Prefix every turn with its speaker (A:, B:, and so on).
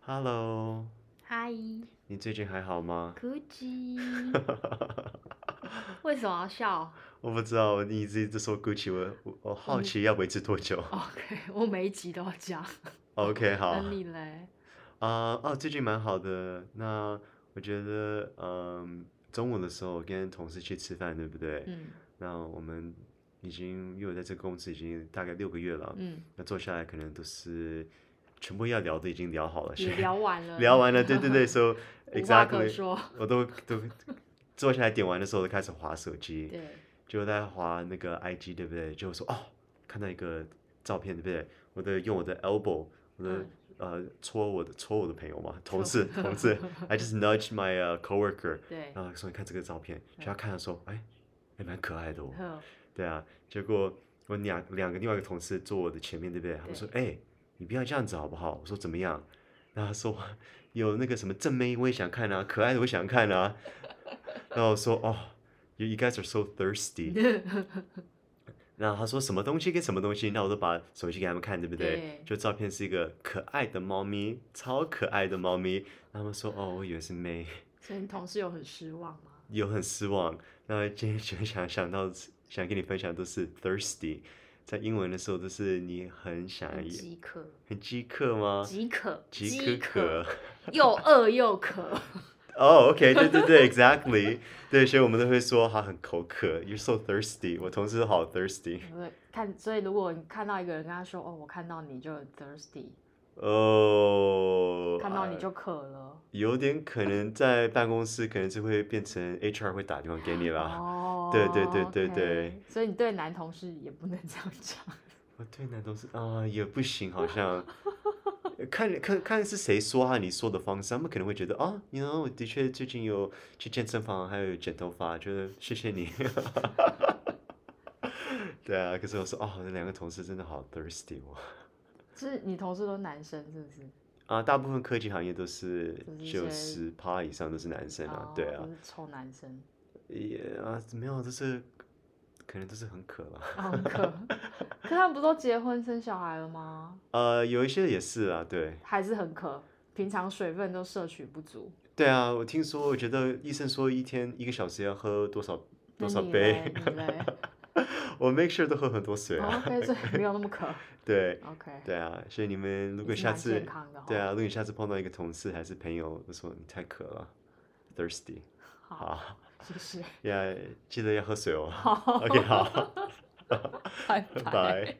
A: Hello，
B: 嗨，
A: 你最近还好吗？
B: 酷 奇，为什么要笑
A: 我不知道，你一直一直说 Gucci，我我我
B: 嗯
A: 好奇要维持多久、
B: ？OK，我每一集都要讲。
A: o k 好。
B: 等你嘞，
A: 啊、哦，最近蛮好的。那我觉得，嗯，中午的时候我跟同事去吃饭，对不对？
B: 嗯
A: 那我们已经因为我在这个公司已经大概六个月了，
B: 嗯，
A: 那坐下来可能都是全部要聊的已经聊好了，
B: 也
A: 是
B: 聊完了，
A: 聊完了，对对 对，so
B: 无话可
A: exactly，
B: 说。
A: 我都都坐下来点完的时候都开始划手机，
B: 对，
A: 就在滑那个 IG，对不对？就说哦，看到一个照片，对不对？我的用我的 elbow，我的、
B: 嗯
A: 呃戳我的戳我的朋友嘛，同事同事，I just nudge my、uh, coworker，
B: 对，
A: 然后说你看这个照片，就他看了说，哎，还蛮可爱的哦。
B: 哼，
A: 对啊，结果我两两个另外一个同事坐我的前面，对不对？他们说，哎，你不要这样子好不好？我说怎么样？然后他说 有那个什么正妹我也想看啊，可爱的我也想看啊。 然后我说哦，you you guys are so thirsty。然后他说什么东西跟什么东西，那我都把手机给他们看，对不对？
B: 对
A: 就照片是一个可爱的猫咪，超可爱的猫咪。他们说哦，我以为是妹，
B: 所以你同事有很失望吗？
A: 有很失望。那今天就想想到想跟你分享都是 thirsty，在英文的时候都是你很想
B: 很
A: 要
B: 饥渴，
A: 很饥渴吗？
B: 饥渴，
A: 哎啊饥
B: 渴，
A: 渴。
B: 又饿 又渴。
A: 哦、o k 对对对，exactly，对， 所以我们都会说他很口渴，You're so thirsty。我同事都好 thirsty。
B: 对看，所以如果你看到一个人跟他说：“哦，我看到你就很 thirsty，
A: 哦、
B: 看到你
A: 哎
B: 就渴了。
A: 有点可能在办公室，可能就会变成 HR 会打电话给你”啦。
B: 哦，
A: 对对对对
B: OK
A: 对。
B: 所以你对男同事也不能这样讲。
A: 我哦对男同事啊也不行，好像看看看是谁说啊，你说的方式，他们可能会觉得啊，你 you know，我的确最近有去健身房，还有剪头发，觉得谢谢你。 对啊，可是我说哦，那两个同事真的好 thirsty 哦。
B: 是你同事都男生是不是？
A: 啊，大部分科技行业都是
B: 就是一些
A: 九十趴以上都是男生啊，对啊
B: 哦都，是臭男生，
A: 也啊没有，就是可能都是很渴了。
B: 啊很可。 可他们不都结婚生小孩了吗？
A: 呃，有一些也是啊，对，
B: 还是很渴，平常水分都摄取不足。
A: 对啊，我听说，我觉得医生说一天一个小时要喝多少
B: 那
A: 多少
B: 你
A: 杯
B: 嘞，你嘞
A: 我 make sure 都喝很多水
B: 哦
A: 啊，
B: ？OK，所以没有那么渴。
A: 对
B: OK，
A: 对啊，所以你们如
B: 如
A: 果下次
B: 健，康的
A: 对
B: 啊，
A: 啊，如果你下次碰到一个同事还是朋友，就说你太渴了，thirsty，
B: 好，
A: 好，
B: 谢谢，
A: 呀，记得要喝水哦
B: 好，
A: ，OK，好，
B: 拜拜。
A: 拜。